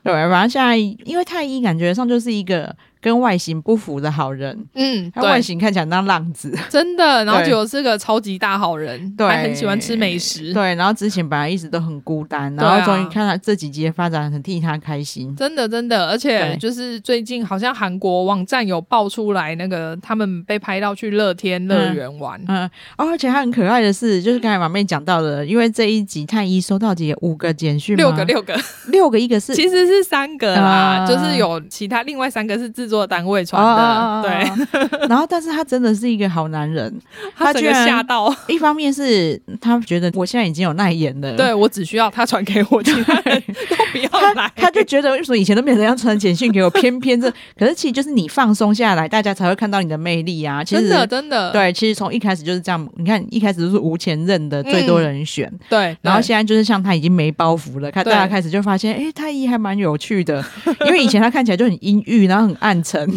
Speaker 2: 对，反正现在因为太医感觉上就是一个跟外形不符的好人，
Speaker 1: 嗯，
Speaker 2: 他外
Speaker 1: 对，
Speaker 2: 形看起来很像浪子，
Speaker 1: 真的。然后
Speaker 2: 对
Speaker 1: 结果是个超级大好人，
Speaker 2: 对
Speaker 1: <laughs> 还很喜欢吃美食，
Speaker 2: 对，然后之前本来一直都很孤单，
Speaker 1: 对啊
Speaker 2: 然后终于看他这几集的发展，很替他开心。
Speaker 1: 真的真的。而且
Speaker 2: 对
Speaker 1: 就是最近好像韩国网站有爆出来那个他们被拍到去乐天乐园玩，
Speaker 2: 嗯、哦而且他很可爱的是，就是刚才马妹讲到的，因为这一集太医收到几个五个简讯吗，
Speaker 1: 六个六个，
Speaker 2: 六个，一个是
Speaker 1: <laughs> 其实是三个啦，
Speaker 2: 啊
Speaker 1: 就是有其他另外三个是制作单位传的，
Speaker 2: 哦
Speaker 1: <laughs> 对，
Speaker 2: 对。 <laughs> 然后，但是他真的是一个好男人，
Speaker 1: 他
Speaker 2: 他
Speaker 1: 整
Speaker 2: 居
Speaker 1: 个
Speaker 2: 然
Speaker 1: 吓到，
Speaker 2: <laughs> 一方面是他觉得我现在已经有耐炎了，
Speaker 1: 对我只需要他传给我，其他人都不要
Speaker 2: 他
Speaker 1: 来。
Speaker 2: 他就觉得为什么以前都没有人要传简讯给我，偏偏这， <laughs> 可是其实就是你放松下来，大家才会看到你的魅力啊。其
Speaker 1: 真
Speaker 2: 实
Speaker 1: 的真的
Speaker 2: 对，其实从一开始就是这样。你看一开始都是无前任的，
Speaker 1: 嗯
Speaker 2: 最多人选，
Speaker 1: 对，
Speaker 2: 然后
Speaker 1: 对
Speaker 2: 现在就是像他已经没包袱了，看
Speaker 1: 对
Speaker 2: 大家开始就发现，哎，太医还蛮有趣的， <laughs> 因为以前他看起来就很阴郁，然后很暗
Speaker 1: <laughs>
Speaker 2: 沉，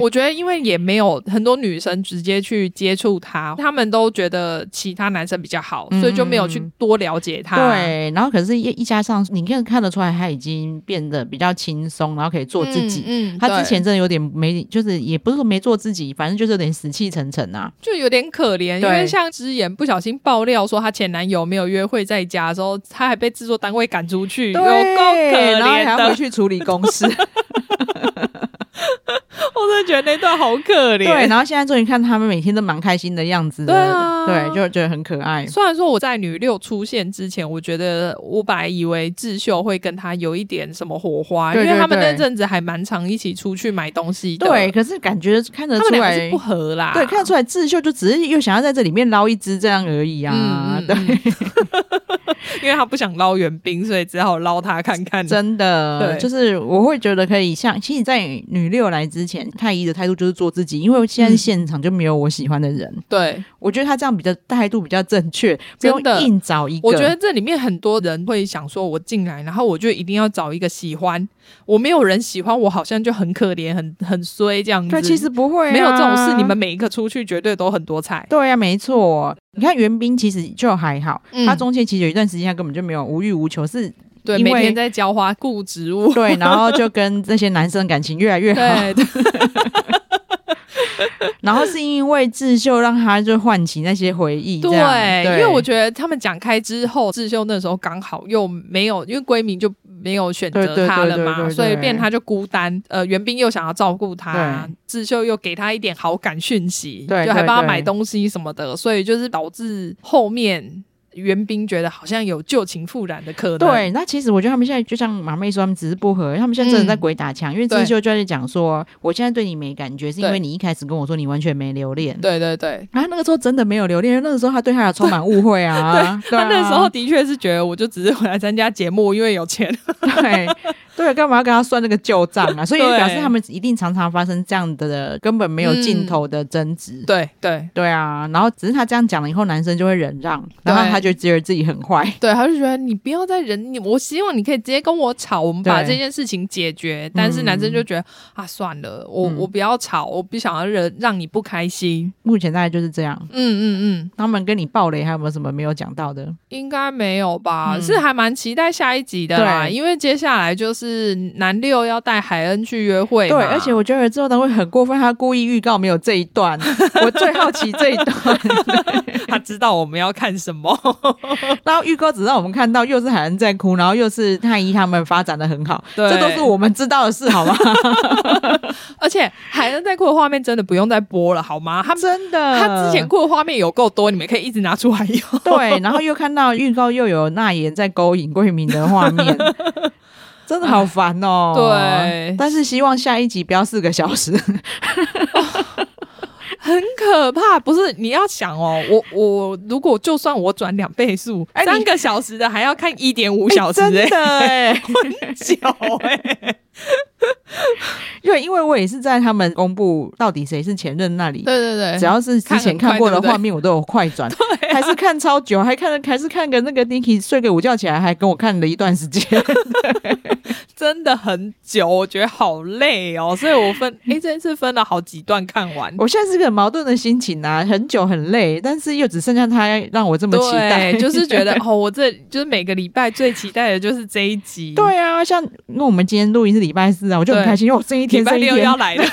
Speaker 1: 我觉得因为也没有很多女生直接去接触他，他们都觉得其他男生比较好，所以就没有去多了解他。，
Speaker 2: 对。然后可是一，一加上你看看得出来，他已经变得比较轻松，然后可以做自己。
Speaker 1: 嗯，嗯
Speaker 2: 他之
Speaker 1: 对
Speaker 2: 前真的有点没，就是也不是说没做自己，反正就是有点死气沉沉啊。
Speaker 1: 就有点可怜，因
Speaker 2: 对
Speaker 1: 为像之言不小心爆料说她前男友没有约会在家的时候，她还被制作单位赶出去，有够可
Speaker 2: 然后还
Speaker 1: 怜
Speaker 2: 要回
Speaker 1: 的。
Speaker 2: 去处理公事。
Speaker 1: <laughs> 我真的觉得那段好可怜。
Speaker 2: 对，然后现在终于看他们每天都蛮开心的样子的，
Speaker 1: 对啊
Speaker 2: 对就觉得很可爱。
Speaker 1: 虽然说我在女六出现之前，我觉得我本来以为智秀会跟她有一点什么火花，
Speaker 2: 对
Speaker 1: 因为他们
Speaker 2: 对
Speaker 1: 那
Speaker 2: 对
Speaker 1: 阵子还蛮常一起出去买东西的。
Speaker 2: 对，，可是感觉看得
Speaker 1: 他
Speaker 2: 出
Speaker 1: 们两个
Speaker 2: 来
Speaker 1: 是不，合啦。
Speaker 2: 对，看得出来智秀就只是又想要在这里面捞一只这样而已啊，
Speaker 1: 嗯嗯
Speaker 2: 对，
Speaker 1: <laughs> 因为他不想捞援兵，所以只好捞他看看。
Speaker 2: 真的 <laughs>
Speaker 1: 对，
Speaker 2: 就是我会觉得可以像，其实，在女六来之前，太医的态度就是做自己，因为现在
Speaker 1: 嗯
Speaker 2: 现场就没有我喜欢的人，
Speaker 1: 对，
Speaker 2: 我觉得他这样比较态度比较正确，不用
Speaker 1: 真的
Speaker 2: 硬找一个，
Speaker 1: 我觉得这里面很多人会想说，我进来，然后我就一定要找一个喜欢，我没有人喜欢我，好像就很可怜，很很衰这样子。
Speaker 2: 对，其实不会啊、
Speaker 1: 没有这种事，你们每一个出去绝对都很多菜。
Speaker 2: 对呀、没错。你看袁冰其实就还好，
Speaker 1: 嗯
Speaker 2: 他中间其实有一段时间他根本就没有无欲无求，是
Speaker 1: <laughs> 对，
Speaker 2: 因
Speaker 1: 每
Speaker 2: 为
Speaker 1: 天在浇花、顾植物。
Speaker 2: 对，然后就跟这些男生感情越来越好，
Speaker 1: 对对
Speaker 2: 然后是因为智秀让他就唤起那些回忆，这样
Speaker 1: 对，
Speaker 2: 对，
Speaker 1: 因为我觉得他们讲开之后，智秀那时候刚好又没有，因为闺蜜就没有选
Speaker 2: 对
Speaker 1: 择
Speaker 2: 对
Speaker 1: 他
Speaker 2: 对
Speaker 1: 了
Speaker 2: 对
Speaker 1: 嘛，
Speaker 2: 对对
Speaker 1: 所以变他就孤单。呃，袁冰又想要照顾他
Speaker 2: 对，
Speaker 1: 智秀又给他一点好感讯息，
Speaker 2: 对
Speaker 1: 就还
Speaker 2: 对
Speaker 1: 帮他
Speaker 2: 对
Speaker 1: 买东西什么的，所以就是导致后面袁冰觉得好像有旧情复燃的可能。
Speaker 2: 对，那其实我觉得他们现在就像马妹说，他们只是不合，他们现在真
Speaker 1: 嗯
Speaker 2: 的在鬼打墙，因为智秀就在讲说，我现在对你没感觉，是因
Speaker 1: 对
Speaker 2: 为你一开始跟我说你完全没留恋。
Speaker 1: 对对对。
Speaker 2: 然后那个时候真的没有留恋，因为那个时候他对他有充满误会啊。 <laughs> 对
Speaker 1: 他
Speaker 2: 啊
Speaker 1: 那时候的确是觉得，我就只是回来参加节目，因为有钱。 <laughs>
Speaker 2: 对对，干嘛要跟他算那个旧账啊？所以
Speaker 1: 对
Speaker 2: 表示他们一定常常发生这样的根本没有尽头的争执。
Speaker 1: 对对
Speaker 2: 对啊，然后只是他这样讲了以后，男生就会忍让，然后
Speaker 1: 对
Speaker 2: 他就觉得自己很坏。
Speaker 1: 对，他就觉得你不要再忍你，我希望你可以直接跟我吵，我们把
Speaker 2: 对
Speaker 1: 这件事情解决。但是男生就觉得、啊，算了，我、
Speaker 2: 嗯
Speaker 1: 我不要吵，我不想要惹让你不开心。
Speaker 2: 目前大概就是这样。
Speaker 1: 嗯嗯嗯，
Speaker 2: 他们跟你爆雷还有没有什么没有讲到的？
Speaker 1: 应该没有吧？
Speaker 2: 嗯
Speaker 1: 是还蛮期待下一集的啦，
Speaker 2: 对
Speaker 1: 因为接下来就是男六要带海恩去约会嘛，
Speaker 2: 对，啊而且我觉得制作单位很过分，他故意预告没有这一段。我最好奇这 <laughs> 一段，
Speaker 1: <laughs> 他知道我们要看什么。 <laughs>
Speaker 2: 然后预告只让我们看到又是海恩在哭，然后又是太医他们发展的很好，
Speaker 1: 对
Speaker 2: 这都是我们知道的事，好 <laughs> 吗？
Speaker 1: 而且海恩在哭的画面真的不用再播了，好吗？他
Speaker 2: 真的，
Speaker 1: 他之前哭的画面有够多，你们可以一直拿出来用。
Speaker 2: 对，然后又看到预告又有那言在勾引桂明的画面， <laughs> 真的好烦哦。
Speaker 1: 对
Speaker 2: 但是希望下一集不要四个小 <laughs> 时。
Speaker 1: 很可怕，不是？你要想哦，我我如果就算我转两倍速，
Speaker 2: 哎你
Speaker 1: 三个小时的还要看一点五小时、
Speaker 2: 真
Speaker 1: 哎，
Speaker 2: 的哎、
Speaker 1: 很久哎、
Speaker 2: 对， <laughs> 因为我也是在他们公布到底谁是前任那里，
Speaker 1: 对对对
Speaker 2: 只要是之前
Speaker 1: 哎看
Speaker 2: 看
Speaker 1: 很
Speaker 2: 过
Speaker 1: 快
Speaker 2: 的
Speaker 1: 对不对啊
Speaker 2: 画面，我都有快
Speaker 1: <laughs>
Speaker 2: 转，还是看超久，
Speaker 1: <laughs>
Speaker 2: 还看还是看个那个 Dicky 睡个午觉起来，还跟我看了一段时间。
Speaker 1: 真的很久，我觉得好累哦，所以我
Speaker 2: <laughs>
Speaker 1: 分诶、这一次分了好几段看完。
Speaker 2: 我现在是个很矛盾的心情啊，很久很累，但是又只剩下他让我这么期待， <laughs>
Speaker 1: 对，就是觉得哦，我这就是每个礼拜最期待的就是这一集。
Speaker 2: 对啊，像因为我们今天录音是礼拜四啊，我就很
Speaker 1: 对
Speaker 2: 开心，因为我这一
Speaker 1: 礼
Speaker 2: 天
Speaker 1: 拜
Speaker 2: 这一
Speaker 1: 六
Speaker 2: 天
Speaker 1: 要
Speaker 2: <laughs>
Speaker 1: 来了，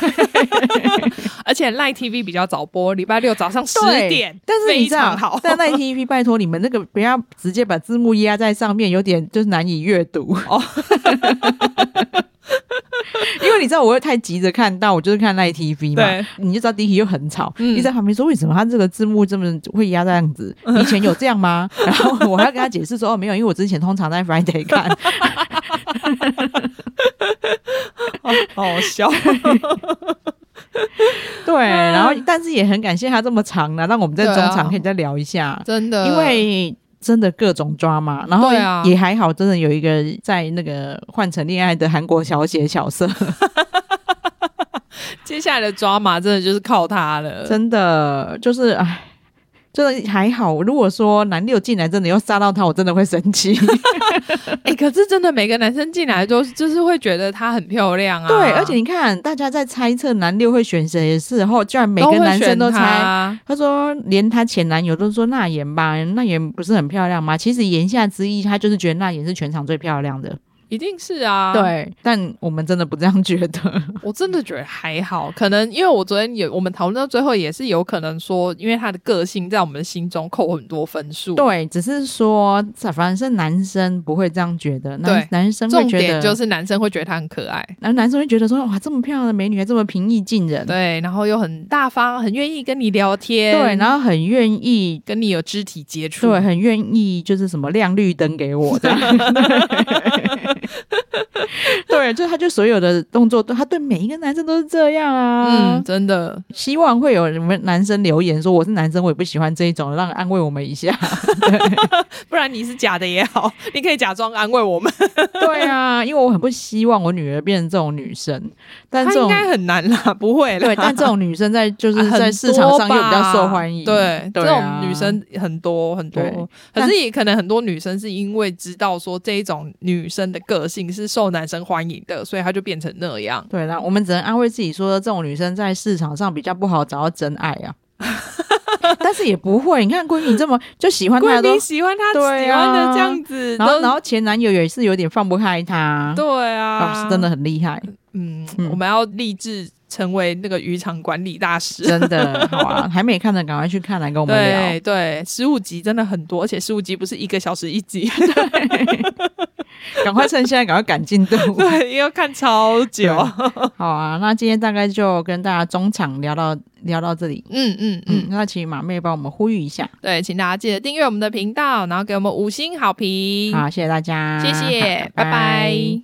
Speaker 1: 而且赖 TV 比较早播，礼拜六早上十
Speaker 2: 对
Speaker 1: 点，
Speaker 2: 但是你
Speaker 1: 非
Speaker 2: 知道
Speaker 1: 常好，。
Speaker 2: 但那 TVP 拜托你们那个不要直接把字幕压在上面，有点就是难以阅读哦。 <laughs> 因为你知道我会太急着看到，我就是看那 TV 嘛
Speaker 1: 对，
Speaker 2: 你就知道第一题又很吵，
Speaker 1: 嗯
Speaker 2: 你在旁边说为什么他这个字幕这么会压这样子？以前有这样吗？然后我还要跟他解释说哦没有，因为我之前通常在 Friday 看，
Speaker 1: <laughs> <laughs> 好好笑。
Speaker 2: <laughs> 对，然后但是也很感谢他这么长呢，让我们在中
Speaker 1: 嗯对啊
Speaker 2: 场可以再聊一下，
Speaker 1: 真的
Speaker 2: 因为真的各种抓嘛，然后
Speaker 1: 呃对啊
Speaker 2: 也还好，真的有一个在那个换成恋爱的韩国小姐小
Speaker 1: <laughs>
Speaker 2: 色，
Speaker 1: 接下来的抓马真的就是靠他了。
Speaker 2: 真的就是哎。真的还好，如果说男六进来真的要杀到他，我真的会生
Speaker 1: <laughs>
Speaker 2: 气。
Speaker 1: 哎、可是真的每个男生进来都就是会觉得她很漂亮啊。
Speaker 2: 对，而且你看，大家在猜测男六会选谁的时候，居然每
Speaker 1: 都
Speaker 2: 个
Speaker 1: 会
Speaker 2: 男生
Speaker 1: 选
Speaker 2: 都猜。
Speaker 1: 她
Speaker 2: 他说，连他前男友都说那妍吧，那妍不是很漂亮吗？其实言下之意，他就是觉得那妍是全场最漂亮的。
Speaker 1: 一定是啊。，
Speaker 2: 对，但我们真的不这样觉得。
Speaker 1: 我真的觉得还好，可能因为我昨天也我们讨论到最后也是有可能说，因为她的个性在我们心中扣很多分数。，
Speaker 2: 对，只是说，反正男生不会这样觉得，男
Speaker 1: 对
Speaker 2: 男生会
Speaker 1: 重
Speaker 2: 觉得，
Speaker 1: 点就是男生会觉得她很可爱。
Speaker 2: 男男生会觉得说，哇，这么漂亮的美女还这么平易近人，
Speaker 1: 对，然后又很大方，很愿意跟你聊天，
Speaker 2: 对，然后很愿意，
Speaker 1: 跟你有肢体接触，
Speaker 2: 对，，很愿意，就是什么亮绿灯给我的，
Speaker 1: <laughs>
Speaker 2: 对，就他就所有的动作都，他对每一个男生都是这样啊，
Speaker 1: 嗯，真的，
Speaker 2: 希望会有你们男生留言说我是男生，我也不喜欢这一种，让安慰我们一
Speaker 1: <laughs>
Speaker 2: 下。
Speaker 1: 不然你是假的也好， <laughs> 你可以假装安慰我们，
Speaker 2: 对啊，因为我很不希望我女儿变成这种女生，但
Speaker 1: 他
Speaker 2: 这
Speaker 1: 应
Speaker 2: 种
Speaker 1: 该很难啦， <laughs> 不会啦，
Speaker 2: 对，但这种女生
Speaker 1: <laughs>
Speaker 2: 在就是
Speaker 1: 啊
Speaker 2: 在
Speaker 1: 很
Speaker 2: 市场上
Speaker 1: 多
Speaker 2: 又
Speaker 1: 吧
Speaker 2: 比较受欢迎，
Speaker 1: 对，
Speaker 2: 对啊
Speaker 1: 这种女生很多很
Speaker 2: 对
Speaker 1: 多，可
Speaker 2: 但
Speaker 1: 是也可能很多女生是因为知道说这一种女生的个性是受男生欢迎的，所以她就变成那样。
Speaker 2: 对啦，我们只能安慰自己说，这种女生在市场上比较不好找到真爱
Speaker 1: <laughs>
Speaker 2: 啊。但是也不会，你看闺蜜这么就喜欢她
Speaker 1: 闺
Speaker 2: 都
Speaker 1: 蜜，喜欢她
Speaker 2: 对啊
Speaker 1: 喜欢的这样子，
Speaker 2: 然后
Speaker 1: 都
Speaker 2: 然后前男友也是有点放不开她，
Speaker 1: 对
Speaker 2: 啊
Speaker 1: 啊，
Speaker 2: 是真的，很厉
Speaker 1: <laughs>
Speaker 2: 害，
Speaker 1: 嗯，
Speaker 2: 嗯
Speaker 1: 我们要立志成为那个渔场管理大师。
Speaker 2: 真的好啊！还没看的赶快去看，来跟我们聊
Speaker 1: 对。对，十五集真的很多，而且十五集不是一个小时一
Speaker 2: <laughs>
Speaker 1: 集，
Speaker 2: 赶快趁现在赶快赶进度。 <laughs>
Speaker 1: 对，要看超久。
Speaker 2: 好啊，那今天大概就跟大家中场聊到聊到这里。
Speaker 1: 嗯嗯
Speaker 2: 嗯
Speaker 1: 嗯，，
Speaker 2: 那请马妹帮我们呼吁一下。
Speaker 1: 对，请大家记得订阅我们的频道，然后给我们五星好评。啊
Speaker 2: 好，谢谢大家，
Speaker 1: 嗯谢谢，拜拜